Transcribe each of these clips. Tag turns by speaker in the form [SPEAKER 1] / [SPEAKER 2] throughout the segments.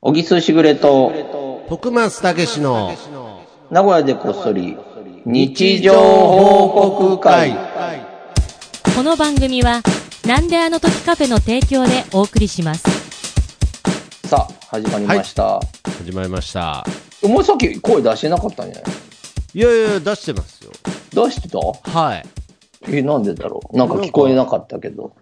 [SPEAKER 1] 小木すしぐれと、
[SPEAKER 2] 徳松たけしの
[SPEAKER 1] 名古屋でこっそり、日常報告会。
[SPEAKER 3] この番組は、なんであの時カフェの提供でお送りします。
[SPEAKER 1] さあ、始まりました。
[SPEAKER 2] 始まりました
[SPEAKER 1] お前さっき声出してなかったんじゃない
[SPEAKER 2] いやいや出してますよ
[SPEAKER 1] 出してた
[SPEAKER 2] はい
[SPEAKER 1] え、なんでだろうなんか聞こえなかったけど、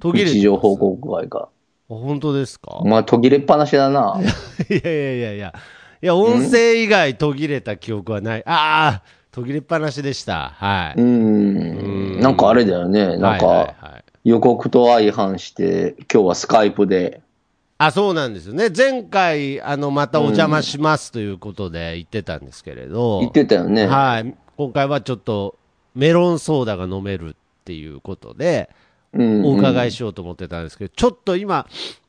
[SPEAKER 2] 途切れてます
[SPEAKER 1] 日常報告会が。
[SPEAKER 2] あ本当ですか
[SPEAKER 1] お前途切れっぱなしだな。
[SPEAKER 2] いやいやいやいやいや音声以外途切れた記憶はないああ途切れっぱなしでしたは
[SPEAKER 1] うー
[SPEAKER 2] い
[SPEAKER 1] ん。なんかあれだよね。なん
[SPEAKER 2] はいはい
[SPEAKER 1] か、
[SPEAKER 2] はい
[SPEAKER 1] 予告と相反して、今日はスカイプで。
[SPEAKER 2] あそうなんですよね前回あのまたお邪魔しますということで言ってたんですけれど、
[SPEAKER 1] 言ってたよね。
[SPEAKER 2] はい今回はちょっとメロンソーダが飲めるっていうことで
[SPEAKER 1] うん
[SPEAKER 2] お伺い
[SPEAKER 1] し、
[SPEAKER 2] しようと思ってたんですけど、ちょっと今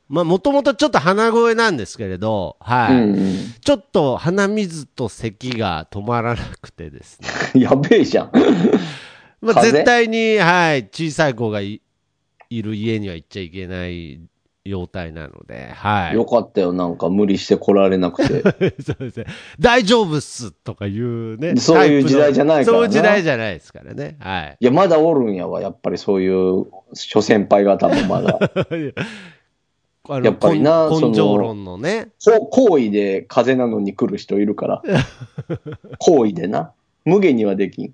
[SPEAKER 2] もともとちょっと鼻声なんですけれど、はい
[SPEAKER 1] うんうん
[SPEAKER 2] ちょっと鼻水と咳が止まらなくてです ね、
[SPEAKER 1] やべえじゃん。
[SPEAKER 2] まあ、
[SPEAKER 1] 風邪
[SPEAKER 2] 絶対に、はい、小さい子がいいる家には行っちゃいけない状態なので、はい、
[SPEAKER 1] よかったよ。なんか無理して来られなくて。
[SPEAKER 2] そうですね。大丈夫っすとかいうね。
[SPEAKER 1] そういう
[SPEAKER 2] タイプの
[SPEAKER 1] 時代じゃないからな
[SPEAKER 2] そういう時代じゃないですからね。はい。
[SPEAKER 1] いや、まだおるんやわ。やっぱりそういう諸先輩方もま だ。
[SPEAKER 2] あの
[SPEAKER 1] やっぱりな
[SPEAKER 2] 根
[SPEAKER 1] その
[SPEAKER 2] 根性論のね。
[SPEAKER 1] こ行為で風邪なのに来る人いる から。行為でな。無限にはできん。
[SPEAKER 2] い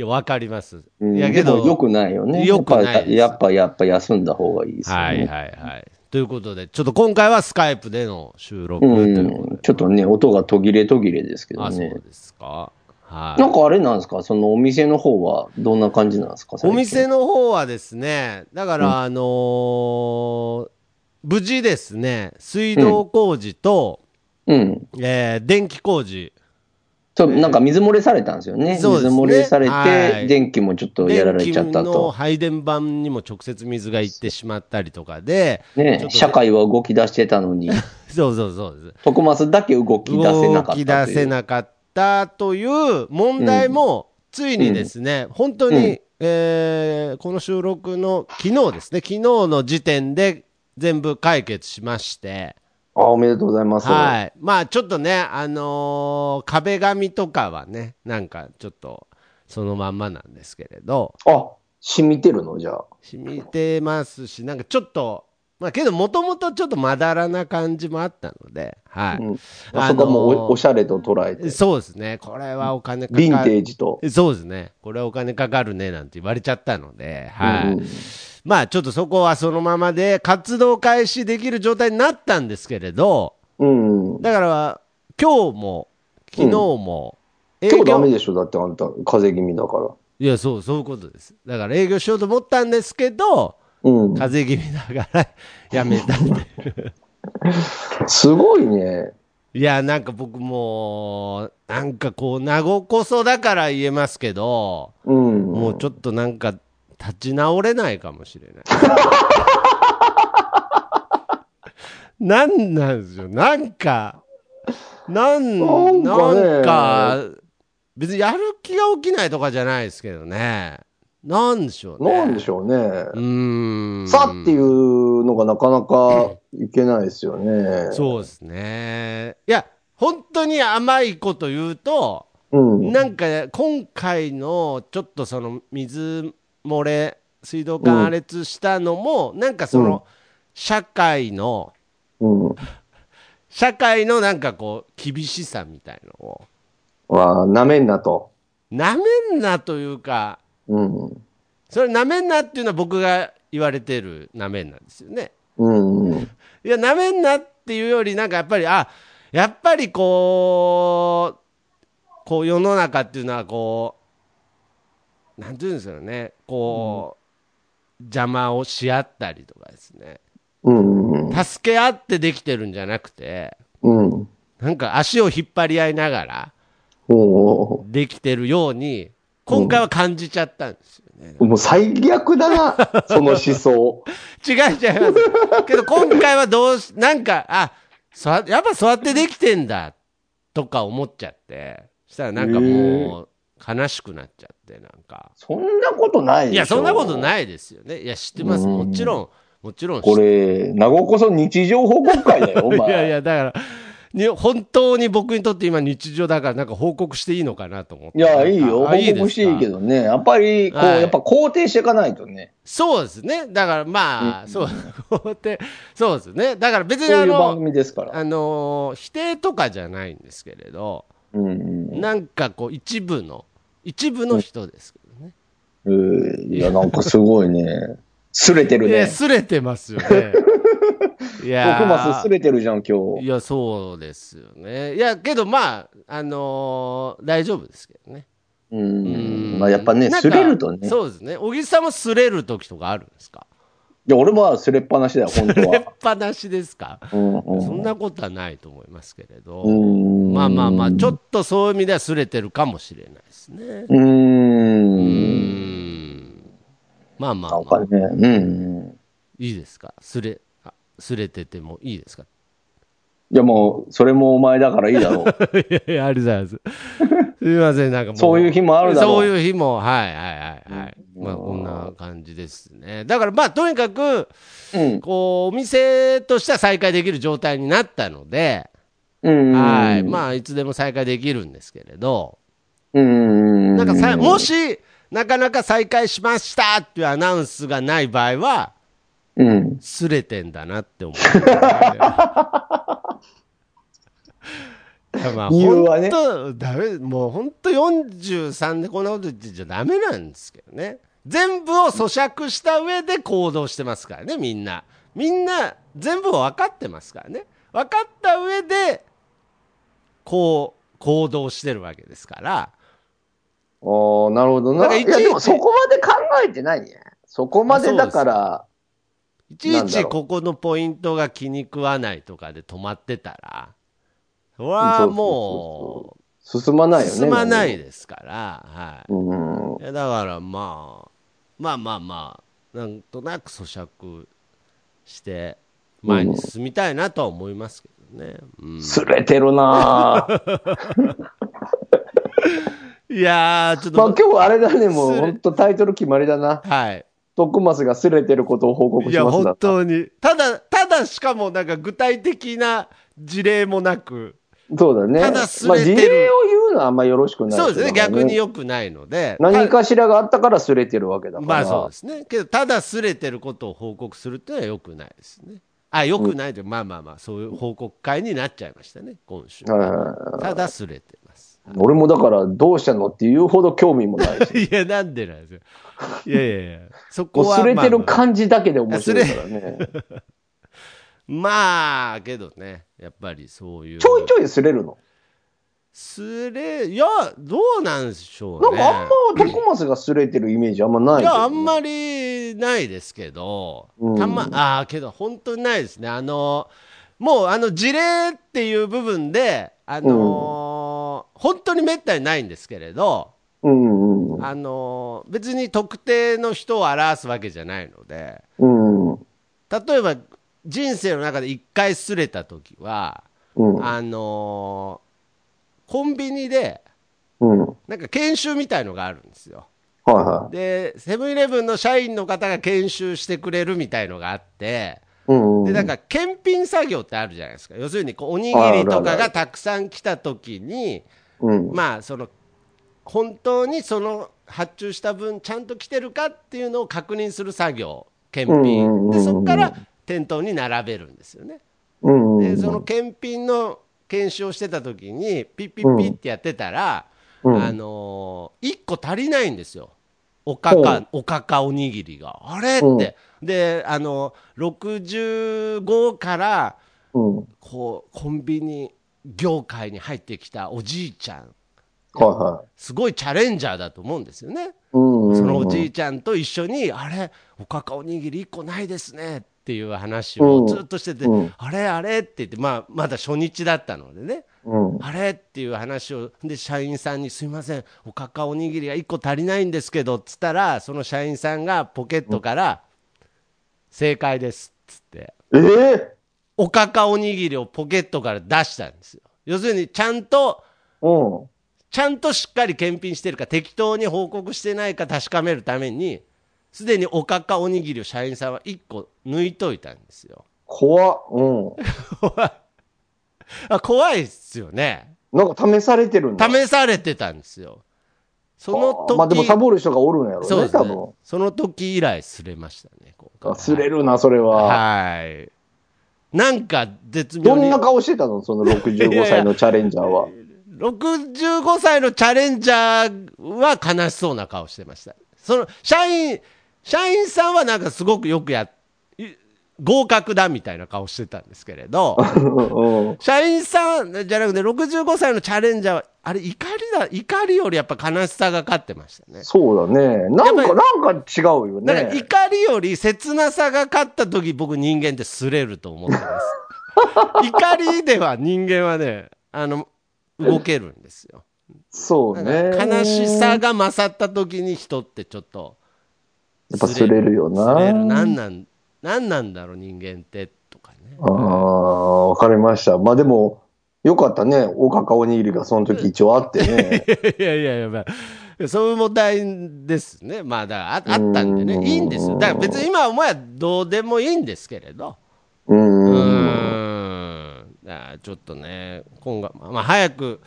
[SPEAKER 2] や、わかります。
[SPEAKER 1] うん
[SPEAKER 2] いやけ
[SPEAKER 1] でも良
[SPEAKER 2] ど、
[SPEAKER 1] くないよね。
[SPEAKER 2] 良くないです
[SPEAKER 1] やっぱ、やっぱ、やっぱ休んだ方がいいですよね。
[SPEAKER 2] はいはいはい。ということで、ちょっと今回はスカイプでの収録と
[SPEAKER 1] う
[SPEAKER 2] いうこと
[SPEAKER 1] ん
[SPEAKER 2] で。。
[SPEAKER 1] ちょっとね、音が途切れ途切れですけど
[SPEAKER 2] あ、そ
[SPEAKER 1] ね
[SPEAKER 2] う。ですか。はい。
[SPEAKER 1] なんかあれなんですかそのお店の方はどんな感じなんですか
[SPEAKER 2] お店
[SPEAKER 1] の
[SPEAKER 2] の方はですね、だか
[SPEAKER 1] うん
[SPEAKER 2] ら、あのー無事ですね、水道工事と、
[SPEAKER 1] うん。
[SPEAKER 2] えー電気工事、
[SPEAKER 1] そう、なんか水漏れされたんですよね。
[SPEAKER 2] そうですね
[SPEAKER 1] 水漏れされて、
[SPEAKER 2] はい
[SPEAKER 1] 電気もちょっとやられちゃった
[SPEAKER 2] 電気の
[SPEAKER 1] と。
[SPEAKER 2] 配電盤にも直接水が行ってしまったりとかで、ち
[SPEAKER 1] ね
[SPEAKER 2] ょっと
[SPEAKER 1] 社会は動き出してたのに、
[SPEAKER 2] そうそうそうです。
[SPEAKER 1] 徳松だけ動き出せなかったとい
[SPEAKER 2] 動き
[SPEAKER 1] う。
[SPEAKER 2] 出せなかったという問題も、ついにですね、本当に、
[SPEAKER 1] うん
[SPEAKER 2] えーこの収録の昨日ですね、昨日の時点で全部解決しまして、
[SPEAKER 1] あ、おめでとうございます。
[SPEAKER 2] はい。まあちょっとね、あのー壁紙とかはね、なんかちょっとそのまんまなんですけれど、
[SPEAKER 1] あ、染みてるのじゃあ。
[SPEAKER 2] 染みてますしなんかちょっとまあけどもともとちょっとまだらな感じもあったので、はい
[SPEAKER 1] うん、
[SPEAKER 2] あのー
[SPEAKER 1] あそこはもうおおしゃれと捉えて、ヴ
[SPEAKER 2] そうですねこれはお金かか
[SPEAKER 1] ィンテ
[SPEAKER 2] る
[SPEAKER 1] ージと。
[SPEAKER 2] そうですねこれはお金かかるねなんて言われちゃったので、はい
[SPEAKER 1] うんうん
[SPEAKER 2] まあちょっとそこはそのままで活動開始できる状態になったんですけれど
[SPEAKER 1] うんうん。
[SPEAKER 2] だから今日も昨日も営
[SPEAKER 1] 今日ダ
[SPEAKER 2] 業、
[SPEAKER 1] メでしょだってあんた、風邪気味だから。
[SPEAKER 2] いやそうそういうことですだから営業しようと思ったんですけど
[SPEAKER 1] うん。
[SPEAKER 2] 風邪気味だから やめたって いう
[SPEAKER 1] すごいね。
[SPEAKER 2] いや、なんか僕もう、なんかこう、名護こそだから言えますけど、
[SPEAKER 1] うん。
[SPEAKER 2] もうちょっとなんか、立ち直れないかもしれない。なんなんですよ。なんか、なん、
[SPEAKER 1] なんかね
[SPEAKER 2] なんか、別にやる気が起きないとかじゃないですけどね。なんでしょうね。
[SPEAKER 1] なんでしょうね。
[SPEAKER 2] うーん。
[SPEAKER 1] さっていうのがなかなかいけないですよね。
[SPEAKER 2] そうですね。いや、本当に甘いこと言うと、
[SPEAKER 1] う。ん。
[SPEAKER 2] なんか今回のちょっとその水漏れ水道管破裂したのも、なんかその社会の
[SPEAKER 1] うん。
[SPEAKER 2] 社会のなんかこう厳しさみたいのを
[SPEAKER 1] は、なめんなと。
[SPEAKER 2] なめんなというか
[SPEAKER 1] うん。
[SPEAKER 2] それなめんなっていうのは僕が言われてるなめんなんですよね。
[SPEAKER 1] うんうん。
[SPEAKER 2] いやなめんなっていうよりなんかやっぱりあやっぱりこうこう世の中っていうのはこうなんていうんですかねこう、邪魔をし合ったりとかですね
[SPEAKER 1] うんうん
[SPEAKER 2] 助け合ってできてるんじゃなくて
[SPEAKER 1] うん。うん。
[SPEAKER 2] なんか足を引っ張り合いながら
[SPEAKER 1] お
[SPEAKER 2] できてるように今回は感じちゃったんですよね。
[SPEAKER 1] お。もう最悪だ な、その思想。
[SPEAKER 2] 違う違います。けど今回はどうし、なんか、あ、そやっぱそうやってできてんだとか思っちゃって、したらなんかもう悲しくなっちゃって、なんか。
[SPEAKER 1] そんなことないでしょ。
[SPEAKER 2] いや、そんなこと
[SPEAKER 1] い。
[SPEAKER 2] ないですよね。いや、知ってます。
[SPEAKER 1] うん
[SPEAKER 2] もちろん、もちろん知っ
[SPEAKER 1] これ、名護こそ日常報告会だよ、お前。
[SPEAKER 2] いやいや、だから、に本当に僕にとって今日常だから、なんか報告していいのかなと思って。
[SPEAKER 1] いや、いいよ。報
[SPEAKER 2] あいいですか
[SPEAKER 1] 告していいけどね。やっぱり、こう、
[SPEAKER 2] はい
[SPEAKER 1] やっぱ肯定していかないとね。
[SPEAKER 2] そうですね。だからまあ、そう、 こうやって、そうですね。だから別に
[SPEAKER 1] そう
[SPEAKER 2] あ
[SPEAKER 1] いう番
[SPEAKER 2] の、
[SPEAKER 1] 組ですから。
[SPEAKER 2] あのー、否定とかじゃないんですけれど、
[SPEAKER 1] うんうん。
[SPEAKER 2] なんかこう、一部の、一部の人ですけどね。
[SPEAKER 1] えーいや、なんかすごいね。すれてる
[SPEAKER 2] いや、
[SPEAKER 1] ね。
[SPEAKER 2] すれてますよ ね。いや
[SPEAKER 1] 僕ます
[SPEAKER 2] ー
[SPEAKER 1] すれてるじゃん、今
[SPEAKER 2] い
[SPEAKER 1] 日。
[SPEAKER 2] や、そうですよね。いや、けどまあ、あのー大丈夫ですけどね。
[SPEAKER 1] う
[SPEAKER 2] うん
[SPEAKER 1] ん。まあ、やっぱね、
[SPEAKER 2] なん
[SPEAKER 1] す
[SPEAKER 2] か
[SPEAKER 1] れるとね。
[SPEAKER 2] そうですね。小木さんもすれる時とかあるんですか
[SPEAKER 1] いや、俺もすれっぱなしだよ、本当
[SPEAKER 2] すれっ
[SPEAKER 1] は。
[SPEAKER 2] ぱなしですか、
[SPEAKER 1] うんう
[SPEAKER 2] そん
[SPEAKER 1] ん。
[SPEAKER 2] なことはないと思いますけれど。
[SPEAKER 1] うん
[SPEAKER 2] まあまあまあ、ちょっとそういう意味ではすれてるかもしれないですね。
[SPEAKER 1] うー。
[SPEAKER 2] うんん。まあま
[SPEAKER 1] な
[SPEAKER 2] あ、
[SPEAKER 1] ん
[SPEAKER 2] ま
[SPEAKER 1] か
[SPEAKER 2] あ、
[SPEAKER 1] ね、うん。
[SPEAKER 2] いいですかすれ、あすれててもいいですか
[SPEAKER 1] いや、もう、それもお前だからいいだろ う。
[SPEAKER 2] いやいや、ありがとう ございます。すみません、なんかもう。
[SPEAKER 1] そういう日もあるだろう
[SPEAKER 2] そういう日も、はいはいはいはい。
[SPEAKER 1] うん
[SPEAKER 2] まあ、こんな感じですね。だからまあ、とにかく、
[SPEAKER 1] うん。
[SPEAKER 2] こう、お店としては再開できる状態になったので、
[SPEAKER 1] うん。
[SPEAKER 2] はい。
[SPEAKER 1] あ、
[SPEAKER 2] まあ、いつでも再開できるんですけれど、
[SPEAKER 1] うん。
[SPEAKER 2] なんかさ、も、し、なかなか再開しましたっていうアナウンスがない場合は、
[SPEAKER 1] うん。
[SPEAKER 2] すれてんだなって思う、ね。いやまあ、
[SPEAKER 1] 理由はね
[SPEAKER 2] 本当ダメ、もう本当43でこんなこと言ってちゃダメなんですけどね。全部を咀嚼した上で行動してますからね、みんな。みんな、全部を分かってますからね。分かった上で、こう、行動してるわけですから。
[SPEAKER 1] ああ、なるほど
[SPEAKER 2] な
[SPEAKER 1] な。
[SPEAKER 2] んかい
[SPEAKER 1] い
[SPEAKER 2] ちいち
[SPEAKER 1] や、でもそこまで考えてないね。そこまでだから、
[SPEAKER 2] いちい
[SPEAKER 1] なんだ
[SPEAKER 2] ち
[SPEAKER 1] ろう
[SPEAKER 2] ここのポイントが気に食わないとかで止まってたら、それは
[SPEAKER 1] そうそうそう進
[SPEAKER 2] も
[SPEAKER 1] まないよ
[SPEAKER 2] う、
[SPEAKER 1] ね。
[SPEAKER 2] 進まないですから、は
[SPEAKER 1] うん。
[SPEAKER 2] い。いやだからまあ、まあまあまあ、なんとなく咀嚼して、前に進みたいなとは思いますけどね。うん
[SPEAKER 1] すれてる なぁ
[SPEAKER 2] いやー、ちょっ
[SPEAKER 1] まあ
[SPEAKER 2] と、
[SPEAKER 1] 今日あれだね、も
[SPEAKER 2] す
[SPEAKER 1] う
[SPEAKER 2] れ
[SPEAKER 1] 本当タイトル決まりだな。
[SPEAKER 2] はい。
[SPEAKER 1] 徳松がすれてることを報告
[SPEAKER 2] い
[SPEAKER 1] し
[SPEAKER 2] や、
[SPEAKER 1] ますだ
[SPEAKER 2] 本。当に。ただ、ただしかもなんか具体的な事例もなく、
[SPEAKER 1] そうだね。
[SPEAKER 2] ただすれてる
[SPEAKER 1] まあ、事例を言うのはあんまよろしくないけど
[SPEAKER 2] そう
[SPEAKER 1] ね、
[SPEAKER 2] ですね、逆に良くないので。
[SPEAKER 1] 何かしらがあったからすれてるわけだから。
[SPEAKER 2] まあそうですね。けど、ただすれてることを報告するっていうのは良くないですね。あ、良くないという、まあまあまあ、そういう報告会になっちゃいましたね、今週。
[SPEAKER 1] はいはいは
[SPEAKER 2] ただすれてます。
[SPEAKER 1] い俺もだからどうしたのっていうほど興味もないし。
[SPEAKER 2] いや、なんでなんですよ。いやいやいや、そ こ
[SPEAKER 1] もう
[SPEAKER 2] は、
[SPEAKER 1] すれてる
[SPEAKER 2] まあまあ
[SPEAKER 1] 感じだけで面白いからね。
[SPEAKER 2] まあ、けどね、やっぱりそういう。
[SPEAKER 1] ちょいちょいすれるの。
[SPEAKER 2] すれ、いや、どうなんでしょう
[SPEAKER 1] な
[SPEAKER 2] ね。
[SPEAKER 1] んかあんまトコマスがすれてるイメージあんまない
[SPEAKER 2] い
[SPEAKER 1] けどね。
[SPEAKER 2] や、あんまりないですけど、
[SPEAKER 1] うん
[SPEAKER 2] たま、ああ、けど本当にないですね。あの、もうあの事例っていう部分で、あのー本当にめったにないんですけれど、
[SPEAKER 1] うんうん
[SPEAKER 2] あのー別に特定の人を表すわけじゃないので、
[SPEAKER 1] うんうん
[SPEAKER 2] 例えば人生の中で一回すれた時は、
[SPEAKER 1] うん
[SPEAKER 2] あのーコンビニで、
[SPEAKER 1] うんはい
[SPEAKER 2] なんか研修みたいのがあるんですよ。
[SPEAKER 1] はい
[SPEAKER 2] でセブンイレブンの社員の方が研修してくれるみたいのがあって
[SPEAKER 1] うんうん
[SPEAKER 2] でなんか検品作業ってあるじゃないですか要するにこうおにぎりとかがたくさん来た時に
[SPEAKER 1] うん
[SPEAKER 2] まあその本当にその発注した分ちゃんと来てるかっていうのを確認する作業検
[SPEAKER 1] うんうん
[SPEAKER 2] 品
[SPEAKER 1] うん
[SPEAKER 2] で
[SPEAKER 1] うん
[SPEAKER 2] そこから店頭に並べるんですよね。
[SPEAKER 1] うんうん
[SPEAKER 2] でその検品の検証をしてた時にピッピッピッってやってたら、
[SPEAKER 1] うん
[SPEAKER 2] あのー、1個足りないんですよおかか、
[SPEAKER 1] うん
[SPEAKER 2] おかかおにぎりがあれって、であのー、65から
[SPEAKER 1] うんはい
[SPEAKER 2] こうコンビニ業界に入ってきたおじいちゃん
[SPEAKER 1] はい
[SPEAKER 2] すごいチャレンジャーだと思うんですよね。
[SPEAKER 1] うんうん
[SPEAKER 2] そのおじいちゃんと一緒に、あれ、おかかおにぎり1個ないですねっていう話をずっとしてて、
[SPEAKER 1] うんうん
[SPEAKER 2] あれあれって言って、まあ、まだ初日だったのでね、
[SPEAKER 1] うん
[SPEAKER 2] あれっていう話を、で、社員さんに、すいません、おかかおにぎりが1個足りないんですけどっつったら、その社員さんがポケットから、正解ですっつって、
[SPEAKER 1] ええ
[SPEAKER 2] おかかおにぎりをポケットから出したんですよ。要するに、ちゃんと、
[SPEAKER 1] うん
[SPEAKER 2] ちゃんとしっかり検品してるか、適当に報告してないか確かめるために、すでにおかかおにぎりを社員さんは1個抜いといたんですよ。
[SPEAKER 4] 怖っ。う
[SPEAKER 2] あ怖いっすよね。
[SPEAKER 4] ん。なんか試されてるんだ。
[SPEAKER 2] 試されてたんですよ。その
[SPEAKER 4] あー
[SPEAKER 2] 時、
[SPEAKER 4] まあでもサボる人がおるんやろうね、
[SPEAKER 2] そうです
[SPEAKER 4] 多
[SPEAKER 2] ね
[SPEAKER 4] 分。。
[SPEAKER 2] その時以来すれましたね。こう
[SPEAKER 4] あすれるな、それは。
[SPEAKER 2] はい。なんか絶妙
[SPEAKER 4] ど
[SPEAKER 2] に。
[SPEAKER 4] んな顔してたのその65歳のチャレンジャーは。
[SPEAKER 2] 65歳のチャレンジャーは悲しそうな顔してました。その社員、社員さんはなんかすごくよくやっ、い合格だみたいな顔してたんですけれ ど、
[SPEAKER 4] うんうん
[SPEAKER 2] 社員さんじゃなくて65歳のチャレンジャーは、あれ怒りだ、怒りよりやっぱ悲しさが勝ってましたね。
[SPEAKER 4] そうだね。なん
[SPEAKER 2] やっ
[SPEAKER 4] か、なんか違うよ
[SPEAKER 2] だから
[SPEAKER 4] ね。
[SPEAKER 2] 怒りより切なさが勝った時僕人間って擦れると思ってます。 怒りでは人間はね、あの、動けるんですよ。
[SPEAKER 4] そうね。
[SPEAKER 2] 悲しさが勝った時に人ってちょっと
[SPEAKER 4] やっぱすれるよな。
[SPEAKER 2] 擦れる何なん何なんだろう人間ってとかね
[SPEAKER 4] ああ、わかりました。まあでも、よかったね。おかかおにぎりがその時一応あって ね。
[SPEAKER 2] いやいやいやまあそういう問題ですねまあだからああったんで
[SPEAKER 4] うん
[SPEAKER 2] ねいいんですよだから別に今はもうやどうでもいいんですけれど
[SPEAKER 4] う
[SPEAKER 2] う
[SPEAKER 4] ーん。
[SPEAKER 2] ーんだからちょっとね今後まあ早く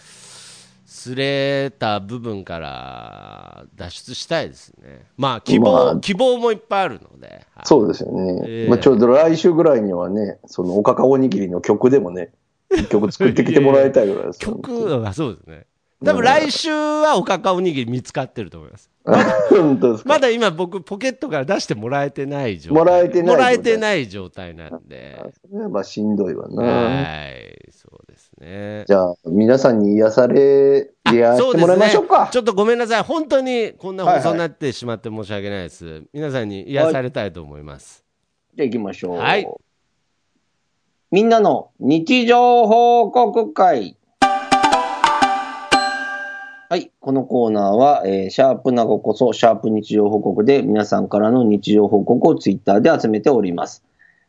[SPEAKER 2] すれた部分から脱出したいですねまあ希望、
[SPEAKER 4] まあ
[SPEAKER 2] 希望もいっぱいあるので、はい
[SPEAKER 4] そうですよね。
[SPEAKER 2] ええ
[SPEAKER 4] まあちょうど来週ぐらいにはね、そのおかかおにぎりの曲でもね、一曲作ってきてもらいたいぐらいですよ、
[SPEAKER 2] 曲はそうですね。多分来週はおかかおにぎり見つかってると思います。
[SPEAKER 4] 本当ですか。
[SPEAKER 2] まだ今僕ポケットから出してもらえてない状態。
[SPEAKER 4] もらえてな
[SPEAKER 2] も
[SPEAKER 4] い状態
[SPEAKER 2] らえてない状態なんで。
[SPEAKER 4] まあしんどいわな。
[SPEAKER 2] はい、そうですね。
[SPEAKER 4] じゃあ、皆さんに癒され、出会
[SPEAKER 2] そ
[SPEAKER 4] っ
[SPEAKER 2] う
[SPEAKER 4] て
[SPEAKER 2] で
[SPEAKER 4] もら
[SPEAKER 2] す
[SPEAKER 4] いましょう
[SPEAKER 2] ね
[SPEAKER 4] か。。
[SPEAKER 2] ちょっとごめんなさい。本当にこんな放
[SPEAKER 4] はいは
[SPEAKER 2] 送
[SPEAKER 4] い
[SPEAKER 2] になってしまって申し訳ないです。皆さんに癒されたいと思います。
[SPEAKER 4] じゃあ行きましょう。
[SPEAKER 2] はい
[SPEAKER 4] みんなの日常報告会。はい。このコーナーは、えーシャープなごこそ、シャープ日常報告で皆さんからの日常報告をツイッターで集めております。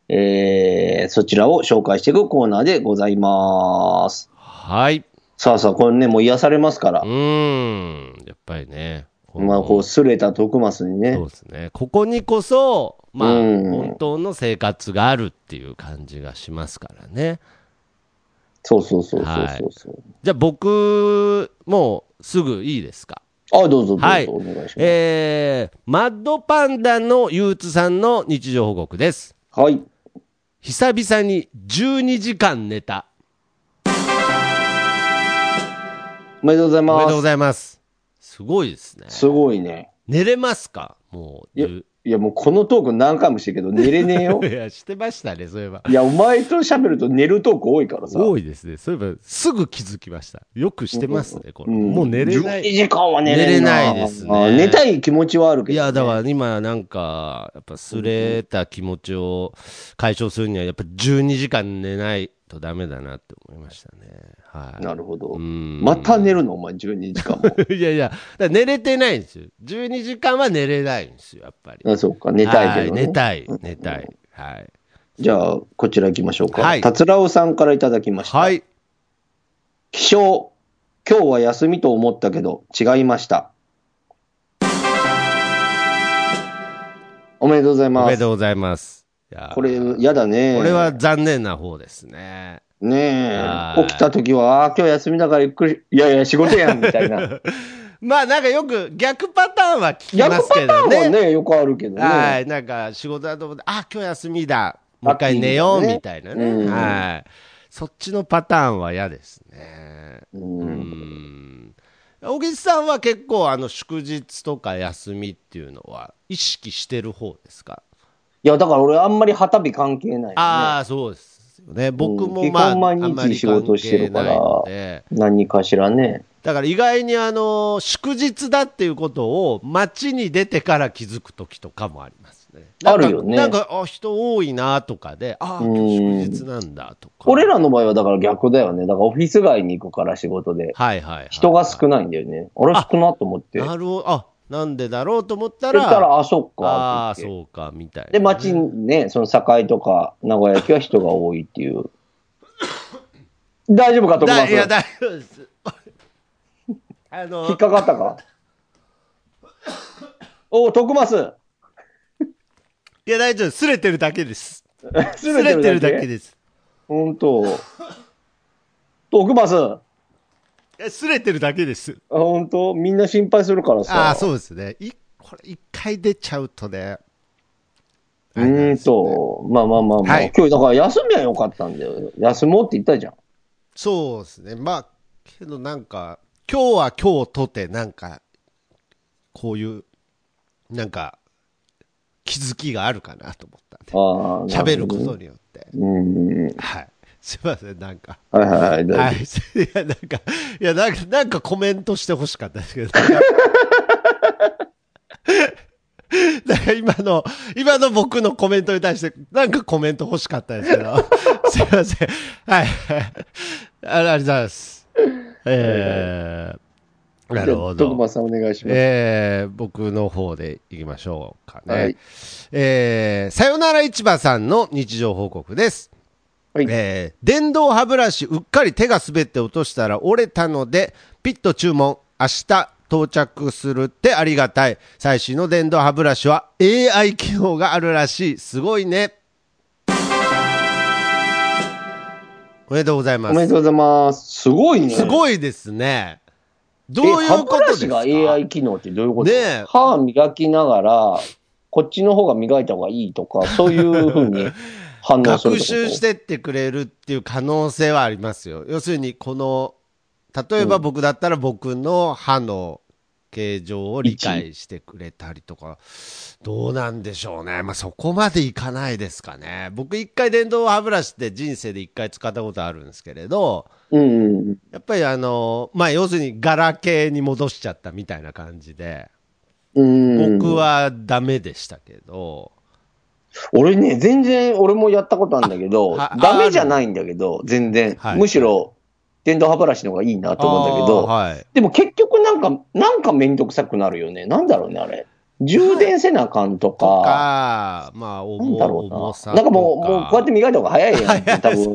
[SPEAKER 4] えーそちらを紹介していくコーナーでございます。
[SPEAKER 2] はい。
[SPEAKER 4] さあさあ、これね、もう癒されますから
[SPEAKER 2] う。ーん。やっぱりね。
[SPEAKER 4] まあ、こう、擦れた徳マスにね
[SPEAKER 2] そう。ですね。ここにこそ、まあ、
[SPEAKER 4] うん
[SPEAKER 2] 本当の生活があるっていう感じがしますからね。
[SPEAKER 4] そうそうそうそうそうそう。
[SPEAKER 2] じゃあ僕、もうすぐいいですか。
[SPEAKER 4] あ、どうぞどうぞ、
[SPEAKER 2] はい
[SPEAKER 4] お願いします。
[SPEAKER 2] えー、マッドパンダの憂鬱さんの日常報告です。
[SPEAKER 4] はい。
[SPEAKER 2] 久々に12時間寝た。
[SPEAKER 4] おめでとうござい
[SPEAKER 2] おめ
[SPEAKER 4] ま。
[SPEAKER 2] ですとうございます。すごいですね。
[SPEAKER 4] すごいね。
[SPEAKER 2] 寝れますかもう。
[SPEAKER 4] いや
[SPEAKER 2] ゆ。
[SPEAKER 4] いや、もうこのトーク何回もしてるけど、寝れねえよ
[SPEAKER 2] いや、してましたね、そういえば。
[SPEAKER 4] いや、お前と喋ると寝るトーク多いからさ。
[SPEAKER 2] 多いですね。そういえば、すぐ気づきました。よくしてますね、これ。
[SPEAKER 4] ん
[SPEAKER 2] もう寝れない。
[SPEAKER 4] 12時間は寝
[SPEAKER 2] 寝
[SPEAKER 4] れ
[SPEAKER 2] れ
[SPEAKER 4] な
[SPEAKER 2] ない
[SPEAKER 4] い
[SPEAKER 2] ですね
[SPEAKER 4] あ寝たい気持ちはあるけ
[SPEAKER 2] い
[SPEAKER 4] ど、ね。
[SPEAKER 2] やだから今なんかやっぱすれた気持ちを解消するにはやっぱ12時間寝ないとダメだなって思いましたね。はい。
[SPEAKER 4] なるほど。
[SPEAKER 2] うん
[SPEAKER 4] また寝るのお前、12時間も。
[SPEAKER 2] いやいやだから寝れてないんですよ。12時間は寝れないんですよやっぱり。
[SPEAKER 4] あそうか、寝たいけど、
[SPEAKER 2] は
[SPEAKER 4] ね。
[SPEAKER 2] 寝たい寝たい。はい。
[SPEAKER 4] じゃあ、こちら行きましょうか。
[SPEAKER 2] はい
[SPEAKER 4] 達郎さんからいただきました。
[SPEAKER 2] はい。
[SPEAKER 4] 起床。今日は休みと思ったけど、違いました。おめでとうござい
[SPEAKER 2] お
[SPEAKER 4] ま。
[SPEAKER 2] めですとうございます。いや
[SPEAKER 4] これ、やだね。
[SPEAKER 2] これは残念な方ですね。
[SPEAKER 4] ね
[SPEAKER 2] は
[SPEAKER 4] え
[SPEAKER 2] い、
[SPEAKER 4] 起きた時は、あー今日休みだからゆっくり、いやいや、仕事やん、みた いな。
[SPEAKER 2] まあなんかよく逆パターンは聞きま
[SPEAKER 4] 逆
[SPEAKER 2] す
[SPEAKER 4] パ
[SPEAKER 2] け
[SPEAKER 4] ター
[SPEAKER 2] ど
[SPEAKER 4] ン
[SPEAKER 2] ね。
[SPEAKER 4] はね、よくあるけど
[SPEAKER 2] は
[SPEAKER 4] ね。
[SPEAKER 2] い、なんか仕事だと思って、あ、今日休みだ、もう
[SPEAKER 4] ラ
[SPEAKER 2] 一
[SPEAKER 4] ッキ
[SPEAKER 2] 回
[SPEAKER 4] ー
[SPEAKER 2] 寝よう
[SPEAKER 4] ね
[SPEAKER 2] みたいなね、
[SPEAKER 4] うん
[SPEAKER 2] はい、そっちのパターンは嫌ですね。
[SPEAKER 4] う
[SPEAKER 2] うんん小木さんは結構あの祝日とか休みっていうのは意識してる方ですか、
[SPEAKER 4] いや、だから俺、あんまり旗日関係ない、ね。
[SPEAKER 2] ああそうですよね僕もまあ、
[SPEAKER 4] 基本毎日
[SPEAKER 2] あんまり
[SPEAKER 4] 仕事してるか
[SPEAKER 2] 関
[SPEAKER 4] ら
[SPEAKER 2] 係ないので
[SPEAKER 4] 何かしらね。
[SPEAKER 2] だから意外にあの祝日だっていうことを街に出てから気づく時とかもありますね。なんか
[SPEAKER 4] あるよね
[SPEAKER 2] なんかあ人多いなとかで、あ
[SPEAKER 4] うん
[SPEAKER 2] 今日祝日なんだとか。
[SPEAKER 4] 俺らの場合は、だから逆だよね。だからオフィス街に行くから仕事で。
[SPEAKER 2] はいはいはい
[SPEAKER 4] 人が少ないんだよね。俺
[SPEAKER 2] あ
[SPEAKER 4] 少なと思って。
[SPEAKER 2] なるほど。あなんでだろうと思った
[SPEAKER 4] そ
[SPEAKER 2] ら、
[SPEAKER 4] したら、あ、そっ
[SPEAKER 2] あ
[SPEAKER 4] か
[SPEAKER 2] あ、。そうかみたいな。
[SPEAKER 4] で、街にね、その境とか名古屋駅は人が多いっていう。大丈夫か、徳
[SPEAKER 2] だ
[SPEAKER 4] 松
[SPEAKER 2] いや大丈夫 です。あ
[SPEAKER 4] 引っ
[SPEAKER 2] の
[SPEAKER 4] かかったかおお、徳マス
[SPEAKER 2] いや、大丈夫。すれてるだけです。す
[SPEAKER 4] す
[SPEAKER 2] れてるだけ
[SPEAKER 4] で。
[SPEAKER 2] です。
[SPEAKER 4] 本当。トークバス。あ
[SPEAKER 2] いやすれてるだけです。
[SPEAKER 4] 本当みんな心配するからさ。
[SPEAKER 2] ああー、そうですね。いこれ、一回出ちゃうとね。
[SPEAKER 4] うーんと、まあまあまあまあ、
[SPEAKER 2] はい
[SPEAKER 4] 今日だから休みはよかったんだよ。休もうって言ったじゃん。
[SPEAKER 2] そうですね。まあ、けどなんか、今日は今日とて、なんか、こういう、なんか、気づきがあるかなと思ったんで。
[SPEAKER 4] ああ。
[SPEAKER 2] 喋るこ
[SPEAKER 4] な
[SPEAKER 2] と
[SPEAKER 4] る
[SPEAKER 2] によって。
[SPEAKER 4] ほどね。うん。
[SPEAKER 2] はい。すいません、なんか。
[SPEAKER 4] はいはいはい。大
[SPEAKER 2] は
[SPEAKER 4] 丈
[SPEAKER 2] い。い や、なんか、いや、なんか、なんかコメントしてほしかったですけど。なんか なんか今の、今の僕のコメントに対して、なんかコメント欲しかったですけど。すいません。はい。あありがとうございます。えー、
[SPEAKER 4] 夫
[SPEAKER 2] なるほ
[SPEAKER 4] じゃあ徳
[SPEAKER 2] ど。
[SPEAKER 4] 馬さんお願いします。
[SPEAKER 2] えー、僕の方でいきましょうかね。
[SPEAKER 4] はい
[SPEAKER 2] えー、さよなら市場さんの日常報告です。
[SPEAKER 4] はい
[SPEAKER 2] えー電動歯ブラシうっかり手が滑って落としたら折れたのでピッと注文明日到着するってありがたい最新の電動歯ブラシは AI 機能があるらしいすごいねおめでとうございま
[SPEAKER 4] おめですとうございます。すごいね。
[SPEAKER 2] す
[SPEAKER 4] い。
[SPEAKER 2] ごいですねどう
[SPEAKER 4] え
[SPEAKER 2] いう
[SPEAKER 4] 歯
[SPEAKER 2] こ
[SPEAKER 4] ブ
[SPEAKER 2] と
[SPEAKER 4] ラ
[SPEAKER 2] です
[SPEAKER 4] シ
[SPEAKER 2] か
[SPEAKER 4] が AI 機能ってどういうこと
[SPEAKER 2] ねえ
[SPEAKER 4] 歯磨きながら、こっちの方が磨いた方がいいとか、そういうふうに反応す
[SPEAKER 2] 学
[SPEAKER 4] るってこと
[SPEAKER 2] 習してってくれるっていう可能性はありますよ。要するに、この、例えば僕だったら僕の歯の形状を理解してくれたりとか、どうなんでしょうね。まあ、そこまでいかないですかね。僕一回電動歯ブラシって人生で一回使ったことあるんですけれど、
[SPEAKER 4] うんうん。
[SPEAKER 2] やっぱりあの、まあ、要するにガラケーに戻しちゃったみたいな感じで、
[SPEAKER 4] うん。
[SPEAKER 2] 僕。はダメでしたけど、
[SPEAKER 4] 俺ね、全然、俺もやったことあるんだけど
[SPEAKER 2] ああ、
[SPEAKER 4] ダメじゃないんだけど、全然
[SPEAKER 2] は。い
[SPEAKER 4] むしろ、電動歯ブラシの方がいいなと思うんだけ
[SPEAKER 2] あー
[SPEAKER 4] ど、
[SPEAKER 2] はい。
[SPEAKER 4] でも結局なんか、なんかめんどくさくなるよね。なんだろうね、あれ。充電せなあかんと
[SPEAKER 2] と
[SPEAKER 4] か、
[SPEAKER 2] か、まあ、
[SPEAKER 4] なん
[SPEAKER 2] 重
[SPEAKER 4] だろ
[SPEAKER 2] 重
[SPEAKER 4] う
[SPEAKER 2] さ
[SPEAKER 4] な。なんかもう、もうこうやって
[SPEAKER 2] て
[SPEAKER 4] 磨いた方が早いやんって、多分。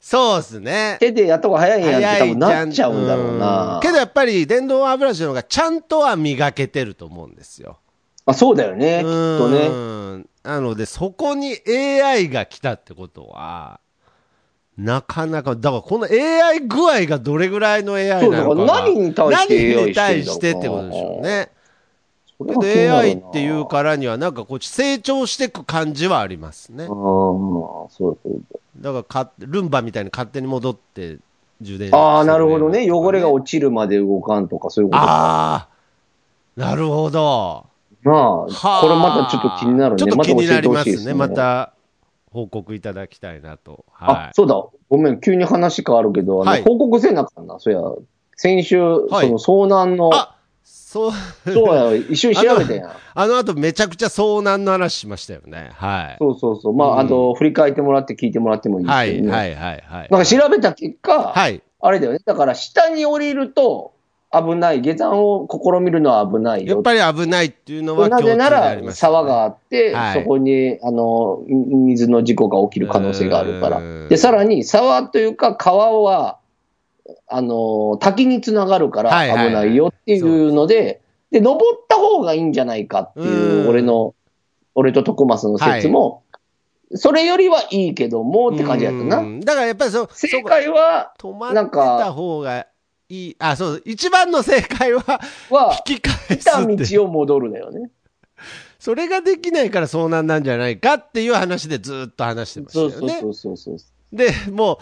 [SPEAKER 2] そうですね。
[SPEAKER 4] 手でやった方が早いやんって、多分
[SPEAKER 2] じゃ
[SPEAKER 4] なっちゃうんだろうな
[SPEAKER 2] うん。けどやっぱり電動歯ブラシの方がちゃんとは磨けてると思うんですよ。
[SPEAKER 4] あ、そうだよね、きっとね。
[SPEAKER 2] うんなのでそこに AI が来たってことはなかなかだからこの AI 具合がどれぐらいの AI なの
[SPEAKER 4] そ
[SPEAKER 2] か
[SPEAKER 4] うだから何に対して
[SPEAKER 2] 何
[SPEAKER 4] AI
[SPEAKER 2] に対してってことでしょうね。
[SPEAKER 4] それ
[SPEAKER 2] け
[SPEAKER 4] は
[SPEAKER 2] ど
[SPEAKER 4] 気になるな
[SPEAKER 2] AI っていう。からにはなんかこう成長してく感じはありますね
[SPEAKER 4] うん、。そうそう。
[SPEAKER 2] だからかルンバみたいに勝手に戻って充電
[SPEAKER 4] ああ、なるほどね。汚れが
[SPEAKER 2] 落ち
[SPEAKER 4] 落ちるまで動かんとか、そういうことか。
[SPEAKER 2] ああなるほど
[SPEAKER 4] ま
[SPEAKER 2] は
[SPEAKER 4] あ、
[SPEAKER 2] あ
[SPEAKER 4] これまたちょっと気になるね。
[SPEAKER 2] ちょっと気になり
[SPEAKER 4] ま
[SPEAKER 2] ま
[SPEAKER 4] た教えてほしい
[SPEAKER 2] すねまた報告いただきたいなと
[SPEAKER 4] あ
[SPEAKER 2] は、い
[SPEAKER 4] そうだ。ごめん、急に話変わるけど、あの
[SPEAKER 2] はい
[SPEAKER 4] 報告せなあかんな。そうや、先週、
[SPEAKER 2] はい
[SPEAKER 4] その遭難の、
[SPEAKER 2] あそう
[SPEAKER 4] そうや、一緒に調べ たやん。
[SPEAKER 2] あの後めちゃくちゃ遭難の話しましたよねはい
[SPEAKER 4] そうそうそう。まあ、
[SPEAKER 2] うん
[SPEAKER 4] あと、振り返ってもらって聞いてもらってもいい
[SPEAKER 2] は
[SPEAKER 4] ですけ
[SPEAKER 2] い
[SPEAKER 4] ど、ね
[SPEAKER 2] はいはいはい
[SPEAKER 4] なんか調べた結果、
[SPEAKER 2] はい
[SPEAKER 4] あれだよね。だから、下に降りると危ない。下山を試みるのは危ない
[SPEAKER 2] やっ
[SPEAKER 4] よ。
[SPEAKER 2] ぱり危ないっていうのは
[SPEAKER 4] なぜな
[SPEAKER 2] 共通でありま
[SPEAKER 4] ら、
[SPEAKER 2] すよね
[SPEAKER 4] 沢があって、
[SPEAKER 2] はい
[SPEAKER 4] そこに、あの、水の事故が起きる可能性があるか
[SPEAKER 2] うー
[SPEAKER 4] ら。
[SPEAKER 2] ん
[SPEAKER 4] で、さらに、沢というか川は、あの、滝につながるから
[SPEAKER 2] はいはい
[SPEAKER 4] 危ないよっていうので、で、登った方がいいんじゃないかっていうう、
[SPEAKER 2] ん
[SPEAKER 4] 俺の、俺と徳松の説も、それよりはいいけどもって感じだった
[SPEAKER 2] う
[SPEAKER 4] な。
[SPEAKER 2] んだからやっぱりそう
[SPEAKER 4] 正解は、
[SPEAKER 2] 止ま
[SPEAKER 4] な
[SPEAKER 2] っ
[SPEAKER 4] ん
[SPEAKER 2] て
[SPEAKER 4] か
[SPEAKER 2] た方がいい。あ、そう、一番の正解は、
[SPEAKER 4] は、
[SPEAKER 2] 引き返
[SPEAKER 4] 来
[SPEAKER 2] す
[SPEAKER 4] た
[SPEAKER 2] って。
[SPEAKER 4] 道を戻るだよね。
[SPEAKER 2] それができないから遭難なんじゃないかっていう話でずっと話してました
[SPEAKER 4] そ
[SPEAKER 2] よ
[SPEAKER 4] う
[SPEAKER 2] ね。
[SPEAKER 4] そうそうそうそう。
[SPEAKER 2] で、もう、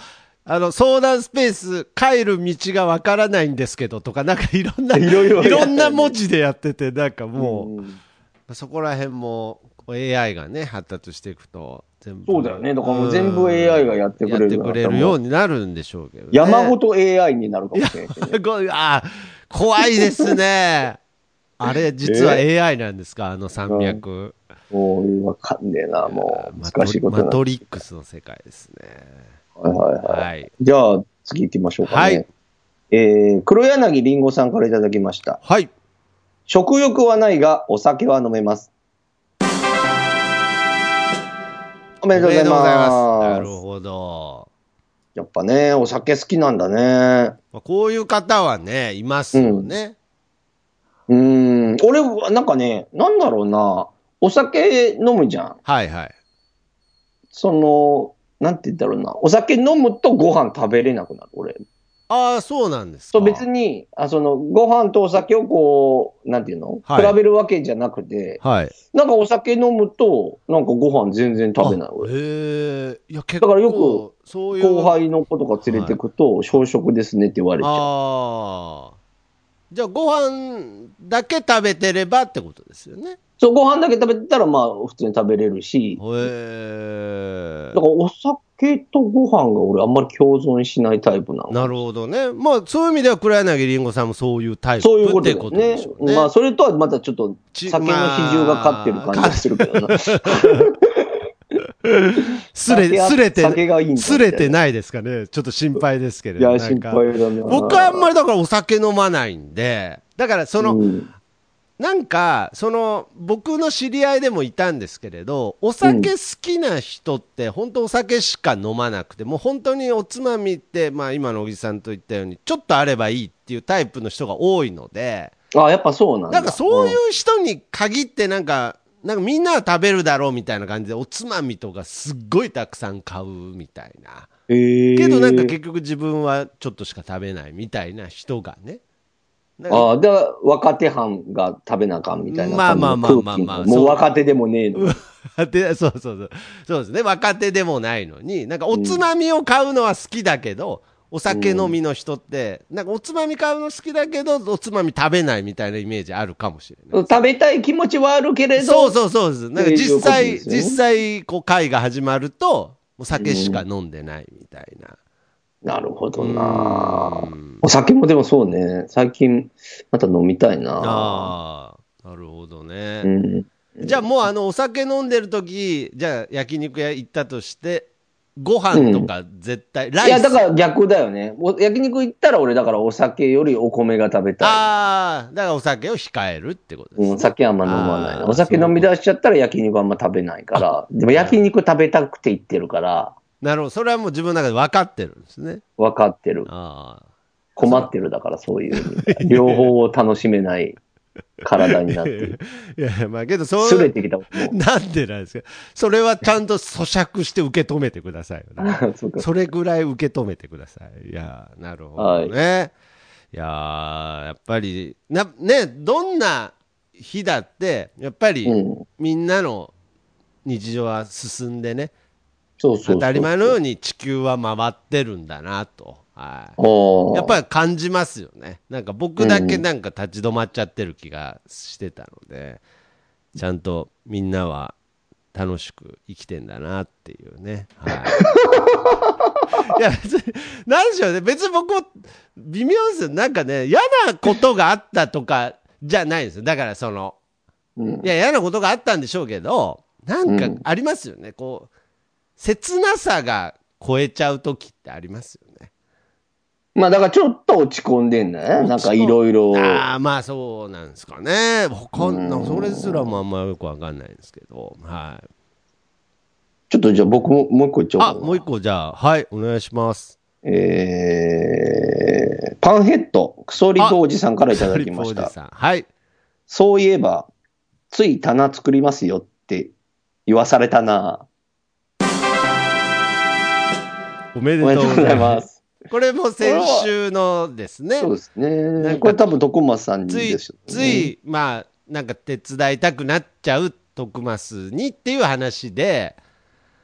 [SPEAKER 2] あの、相談スペース、帰る道がわからないんですけどとか、なんかいろんな、
[SPEAKER 4] いろいろやってる
[SPEAKER 2] ろんな文字でやってて、なんかもう、
[SPEAKER 4] うん
[SPEAKER 2] そこら辺も AI がね、発達していくと、全部。
[SPEAKER 4] そうだよねだからもう全部 AI がやってくれる
[SPEAKER 2] やってくれるようになるんでしょうけど、ね。
[SPEAKER 4] 山ごと AI になるかもしれないけどね。
[SPEAKER 2] ごあー怖いですね。あれ、実は AI なんですか、あの山脈。
[SPEAKER 4] もう、わかんねえな、もう。
[SPEAKER 2] マト
[SPEAKER 4] 難しい
[SPEAKER 2] リ
[SPEAKER 4] こと
[SPEAKER 2] マ
[SPEAKER 4] にな
[SPEAKER 2] ト
[SPEAKER 4] る。
[SPEAKER 2] リックスの世界ですね。
[SPEAKER 4] はいはいはい。
[SPEAKER 2] はい。
[SPEAKER 4] じゃあ、次行きましょうかね。
[SPEAKER 2] はい
[SPEAKER 4] えー、黒柳りんごさんからいただきました。
[SPEAKER 2] はい。
[SPEAKER 4] 食欲はないが、お酒は飲めます。おめでとうござい
[SPEAKER 2] な
[SPEAKER 4] ま
[SPEAKER 2] る
[SPEAKER 4] す。
[SPEAKER 2] ほど。
[SPEAKER 4] やっぱね、お酒好きなんだね。
[SPEAKER 2] まあ、こういう方はね、いますよね。
[SPEAKER 4] うーん、俺、なんかね、なんだろうな、お酒飲むじゃん。
[SPEAKER 2] はいはい。
[SPEAKER 4] その、なんて言ったろうな。お酒飲むとご飯食べれなくなる、俺。
[SPEAKER 2] ああ、そうなんですか。
[SPEAKER 4] そう、別。に、あ、その、ご飯とお酒をこう、なんていうの、
[SPEAKER 2] はい
[SPEAKER 4] 比べるわけじゃなくて、
[SPEAKER 2] はい。
[SPEAKER 4] なんかお酒飲むと、なんかご飯全然食べない、
[SPEAKER 2] あ
[SPEAKER 4] 俺。
[SPEAKER 2] へえいや、結
[SPEAKER 4] だ
[SPEAKER 2] 構、
[SPEAKER 4] からよく
[SPEAKER 2] そういう。
[SPEAKER 4] 後輩の子とか連れてくと、小食ですねって言われちゃう。
[SPEAKER 2] ああ。じゃあ、ご飯だけ食べてればってことですよね。
[SPEAKER 4] そう、ご飯だけ食べてたら、まあ、普通に食べれるし
[SPEAKER 2] へ、え
[SPEAKER 4] だからお酒とご飯が俺あんまり共存しないタイプなの。
[SPEAKER 2] なるほどね。まあ、そういう意味では、倉柳りんごさんもそういうタイプ
[SPEAKER 4] そういうこ
[SPEAKER 2] って
[SPEAKER 4] と
[SPEAKER 2] こと
[SPEAKER 4] だよ
[SPEAKER 2] で
[SPEAKER 4] ね
[SPEAKER 2] しょうね。
[SPEAKER 4] まあ、それとはまたちょっと、
[SPEAKER 2] ち
[SPEAKER 4] 酒の比重が勝ってる感じがするけど な。
[SPEAKER 2] すれ、すれ
[SPEAKER 4] 酒
[SPEAKER 2] て、
[SPEAKER 4] がいいんだ
[SPEAKER 2] すれてないですかね。ちょっと心配ですけれ
[SPEAKER 4] い
[SPEAKER 2] ど。
[SPEAKER 4] や、
[SPEAKER 2] なん
[SPEAKER 4] 心
[SPEAKER 2] か
[SPEAKER 4] 配だね。
[SPEAKER 2] 僕はあんまりだからお酒飲まないんで、だからその、
[SPEAKER 4] うん
[SPEAKER 2] なんか、その、僕の知り合いでもいたんですけれど、お酒好きな人って、本当お酒しか飲まなくて、もう本当におつまみって、まあ今の小木さんと言ったように、ちょっとあればいいっていうタイプの人が多いので、
[SPEAKER 4] あ、やっぱそうなんだ。
[SPEAKER 2] なんかそうい
[SPEAKER 4] ん。
[SPEAKER 2] う人に限ってなんか、なんかみんなは食べるだろうみたいな感じで、おつまみとかすっごいたくさん買うみたいな。
[SPEAKER 4] へー
[SPEAKER 2] けどなんか結局自分はちょっとしか食べないみたいな人がね。なんか
[SPEAKER 4] ああ、で、若手班が食べなあかんみたいな感じ
[SPEAKER 2] まあ
[SPEAKER 4] の
[SPEAKER 2] まあ
[SPEAKER 4] 空気。
[SPEAKER 2] まあまあまあ
[SPEAKER 4] も
[SPEAKER 2] そうう
[SPEAKER 4] 若手でもねえの。
[SPEAKER 2] でそうそうそうそうですね若手でもないのになんかおつまみを買うのは好きだけど、お酒飲みの人ってなんかおつまみ買うの好きだけどおつまみ食べないみたいなイメージあるかもしれない。
[SPEAKER 4] 食べたい気持ちはあるけれど、
[SPEAKER 2] そうそうそうです。なんか実際、
[SPEAKER 4] っていうことですよね
[SPEAKER 2] 実際こう会が始まるとお酒しか飲んでないみたいな。
[SPEAKER 4] なるほどな
[SPEAKER 2] う。ん
[SPEAKER 4] お酒もでもそうね。最近、また飲みたいな。
[SPEAKER 2] ああなるほどね。
[SPEAKER 4] うん。
[SPEAKER 2] じゃあもうあのお酒飲んでる時じゃあ焼肉屋行ったとしてご飯とか絶対、ライス
[SPEAKER 4] いや、だから逆だよね。お焼肉行ったら俺、だからお酒よりお米が食べたい。
[SPEAKER 2] ああ、だからお酒を控えるってことです
[SPEAKER 4] う
[SPEAKER 2] ね。
[SPEAKER 4] ん、酒あんま飲まない
[SPEAKER 2] あ
[SPEAKER 4] な。
[SPEAKER 2] ー
[SPEAKER 4] お酒飲み出しちゃったら焼肉あんま食べないから。でも焼肉食べたくて行ってるから、
[SPEAKER 2] なるほど。それはもう自分の中で分かってるんですね。
[SPEAKER 4] 分かってる。
[SPEAKER 2] ああ。
[SPEAKER 4] 困ってるだから、そういう意味。両方を楽しめない体になってる。
[SPEAKER 2] いや、まあけど、 そ
[SPEAKER 4] すれ
[SPEAKER 2] う、
[SPEAKER 4] てきたことも。
[SPEAKER 2] なんでなんですか。それはちゃんと咀嚼して受け止めてくださいよ。
[SPEAKER 4] そう か
[SPEAKER 2] それぐらい受け止めてください。いやー、なるほどね。い、やー、やっぱり、な、ね、どんな日だって、やっぱり、
[SPEAKER 4] うん
[SPEAKER 2] みんなの日常は進んでね、
[SPEAKER 4] そうそうそう。
[SPEAKER 2] 当たり前のように地球は回ってるんだなと。はい。
[SPEAKER 4] おー
[SPEAKER 2] やっぱり感じますよね。なんか僕だけなんか立ち止まっちゃってる気がしてたので、ちゃんとみんなは楽しく生きてんだなっていうね。はい、いや 別に、なんでしょうね。別に僕も微妙ですよ。なんかね、嫌なことがあったとかじゃないんですよ。だからその、
[SPEAKER 4] うん
[SPEAKER 2] いや、嫌なことがあったんでしょうけど、なんかありますよね。こう、切なさが超えちゃう時ってありますよね。
[SPEAKER 4] まあだからちょっと落ち込んでんだね。なんかいろいろ。
[SPEAKER 2] ああまあそうなんですかねわかんな
[SPEAKER 4] う
[SPEAKER 2] い
[SPEAKER 4] ん
[SPEAKER 2] それすらもあんまよくわかんないですけどはい
[SPEAKER 4] ちょっとじゃあ僕ももう一個言っちゃおうか
[SPEAKER 2] あ
[SPEAKER 4] な
[SPEAKER 2] もう一個じゃあはいお願いします
[SPEAKER 4] えーパンヘッド、クソリボおじさんからいただきま
[SPEAKER 2] サリ
[SPEAKER 4] し
[SPEAKER 2] ポー
[SPEAKER 4] た
[SPEAKER 2] ジ。さんはい
[SPEAKER 4] そういえば、つい棚作りますよって言わされたな。
[SPEAKER 2] おめで
[SPEAKER 4] おめで
[SPEAKER 2] と
[SPEAKER 4] と
[SPEAKER 2] う
[SPEAKER 4] う
[SPEAKER 2] ござ
[SPEAKER 4] ござ
[SPEAKER 2] い
[SPEAKER 4] い
[SPEAKER 2] ま
[SPEAKER 4] ますす。
[SPEAKER 2] これも先週のですね
[SPEAKER 4] そうです
[SPEAKER 2] なん
[SPEAKER 4] ね。
[SPEAKER 2] か
[SPEAKER 4] これ多分徳松さんに
[SPEAKER 2] つい
[SPEAKER 4] ですよね
[SPEAKER 2] ついまあなんか手伝いたくなっちゃう徳マスにっていう話で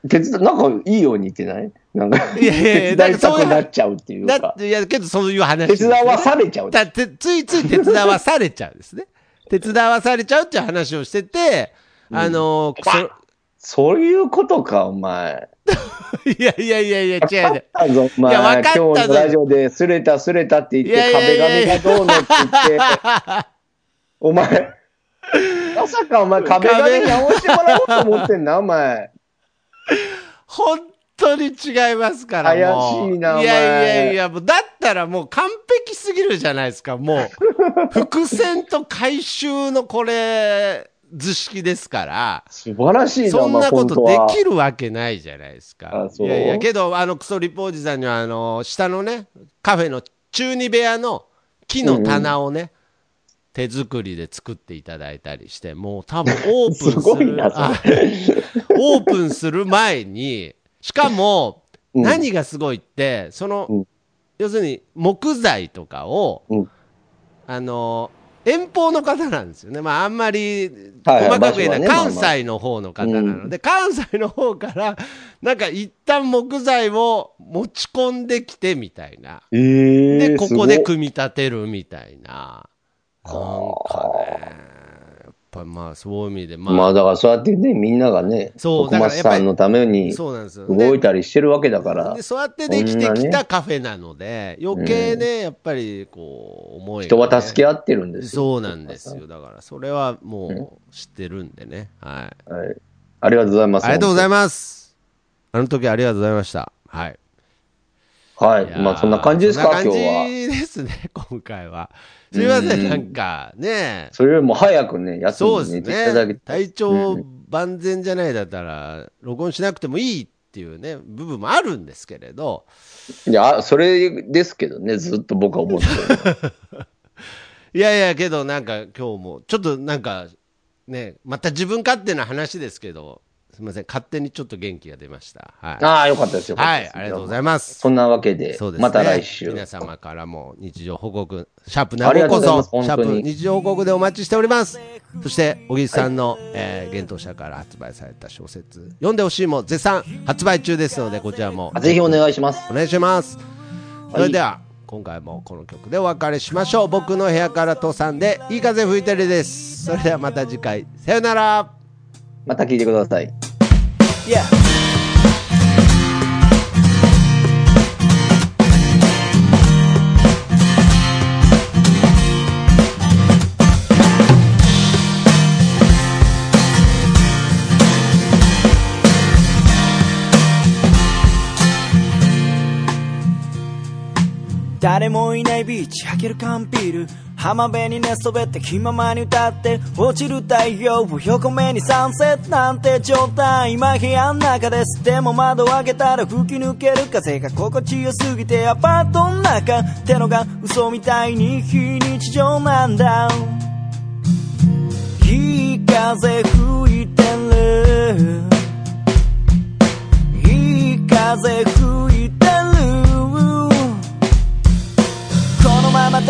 [SPEAKER 4] 手伝なんかいいように言ってないなんか、
[SPEAKER 2] いやいやいや
[SPEAKER 4] 手伝いたくなっちゃうっていう
[SPEAKER 2] だっ
[SPEAKER 4] か、
[SPEAKER 2] ていやけどそういう話
[SPEAKER 4] 手
[SPEAKER 2] です
[SPEAKER 4] 伝
[SPEAKER 2] よね
[SPEAKER 4] わされちゃう。
[SPEAKER 2] だってついつい手伝わされちゃうですね手伝わされちゃうっていう話をしててあのクソ
[SPEAKER 4] そういうことか、お前。
[SPEAKER 2] いやいやいやい や、違う違う。
[SPEAKER 4] あぞ、お前
[SPEAKER 2] いやわかったぞ
[SPEAKER 4] 今日のラジオで、すれたすれたって言っ
[SPEAKER 2] いやい
[SPEAKER 4] て、
[SPEAKER 2] やいや
[SPEAKER 4] 壁
[SPEAKER 2] いや
[SPEAKER 4] 紙がどうのって言って、 お前、まさかお前壁紙に直してもらおうと思ってんな、お前。
[SPEAKER 2] 本当に違いますから、もう
[SPEAKER 4] 怪しいなお前
[SPEAKER 2] いやいやいや、もうだったらもう完璧すぎるじゃないですか、もう。伏線と回収のこれ、図式ですから。
[SPEAKER 4] 素晴らしいな、
[SPEAKER 2] そんなこ
[SPEAKER 4] お前
[SPEAKER 2] と
[SPEAKER 4] 本
[SPEAKER 2] で
[SPEAKER 4] 当
[SPEAKER 2] き
[SPEAKER 4] は
[SPEAKER 2] るわけないじゃないですか
[SPEAKER 4] あ。
[SPEAKER 2] い
[SPEAKER 4] そう
[SPEAKER 2] やいや、けど、あの、クソリポージさんには、あの、下のね、カフェの中二部屋の木の棚をね、手作りで作っていただいたりして、もう多分オープンする。
[SPEAKER 4] すごいなそれ
[SPEAKER 2] あオープンする前に、しかも、
[SPEAKER 4] うん
[SPEAKER 2] 何がすごいって、その、
[SPEAKER 4] うん
[SPEAKER 2] 要するに木材とかを、
[SPEAKER 4] うん
[SPEAKER 2] あの、遠方の方なんですよね。まあ、あんまり細
[SPEAKER 4] はい
[SPEAKER 2] かく言えない、
[SPEAKER 4] 場所はねまあまあ
[SPEAKER 2] 関西の方の方なので、関西の方から、なんか一旦木材を持ち込んできてみたいな。
[SPEAKER 4] えー
[SPEAKER 2] で、ここで
[SPEAKER 4] く
[SPEAKER 2] 組み立てるみたいな。なんかね、やっぱりまあそういう意味で、まあ、
[SPEAKER 4] まあだからそうやってね、みんながね、
[SPEAKER 2] そう
[SPEAKER 4] 徳松
[SPEAKER 2] だからやっぱ
[SPEAKER 4] さ
[SPEAKER 2] り
[SPEAKER 4] んのために
[SPEAKER 2] そうなんですよ。
[SPEAKER 4] 動い
[SPEAKER 2] で
[SPEAKER 4] たりしてるわけだから
[SPEAKER 2] で、そうやってできて
[SPEAKER 4] こん
[SPEAKER 2] き
[SPEAKER 4] な
[SPEAKER 2] た
[SPEAKER 4] ね
[SPEAKER 2] カフェなので、余計ね、やっぱりこう、思いが
[SPEAKER 4] 人
[SPEAKER 2] ね、
[SPEAKER 4] は助け合ってるんですよ。
[SPEAKER 2] そうなんですよ。だから、それはもう知ってるんでね。はい。
[SPEAKER 4] はい。ありがとうございます。
[SPEAKER 2] ありがとうござい
[SPEAKER 4] ま
[SPEAKER 2] ます。あの時ありがとうございました。はい。
[SPEAKER 4] す。はいい。
[SPEAKER 2] やー
[SPEAKER 4] まあそんな感じですか、今日
[SPEAKER 2] そんな感
[SPEAKER 4] は。
[SPEAKER 2] じですね、 今回は。すみませ、
[SPEAKER 4] うんん
[SPEAKER 2] なんかね、
[SPEAKER 4] それよりも早くね、休
[SPEAKER 2] そうん
[SPEAKER 4] で
[SPEAKER 2] で
[SPEAKER 4] 寝
[SPEAKER 2] す
[SPEAKER 4] ていただき
[SPEAKER 2] ね。
[SPEAKER 4] たい。
[SPEAKER 5] い
[SPEAKER 2] 体調万全じゃないだったら、録音しなくてもいいっていうね、部分もあるんですけれど、
[SPEAKER 4] いや、それですけどね、ずっと僕は思ってる。
[SPEAKER 2] いやいや、けどなんか今日も、ちょっとなんか、ね、また自分勝手な話ですけど、すみません、勝手にちょっと元気が出ました。はい。
[SPEAKER 4] ああ、よかったですよ。
[SPEAKER 2] はい、ありがとうござい
[SPEAKER 4] ま
[SPEAKER 2] ます。
[SPEAKER 4] す。そんなわけで、
[SPEAKER 2] そうですね
[SPEAKER 4] また来週。
[SPEAKER 2] 皆様からも日常報告、シャープな
[SPEAKER 4] あり
[SPEAKER 2] ごこ
[SPEAKER 4] がとうござい
[SPEAKER 2] そ
[SPEAKER 4] ます、本
[SPEAKER 2] シャ
[SPEAKER 4] 当に
[SPEAKER 2] ープ日常報告でお待ちしております。そして、小木さんの、えー、幻冬舎から発売された小説、読んでほしいも絶賛発売中ですので、こちらも
[SPEAKER 4] あぜひお願いします。
[SPEAKER 2] お願いします。それでは、今回もこの曲でお別れしましょう。僕の部屋から父さんで、いい風吹いてるです。それではまた次回、さよなら。
[SPEAKER 4] また聞いてください。
[SPEAKER 6] 誰もいないビーチ開ける缶ビール浜辺に寝そべって気ままに歌って落ちる太陽を横目にサンセットなんて状態今部屋の中ですでも窓を開けたら吹き抜ける風が心地よすぎてアパートの中ってのが嘘みたいに非日常なんだいい風吹いてるいい風吹いてるこのまま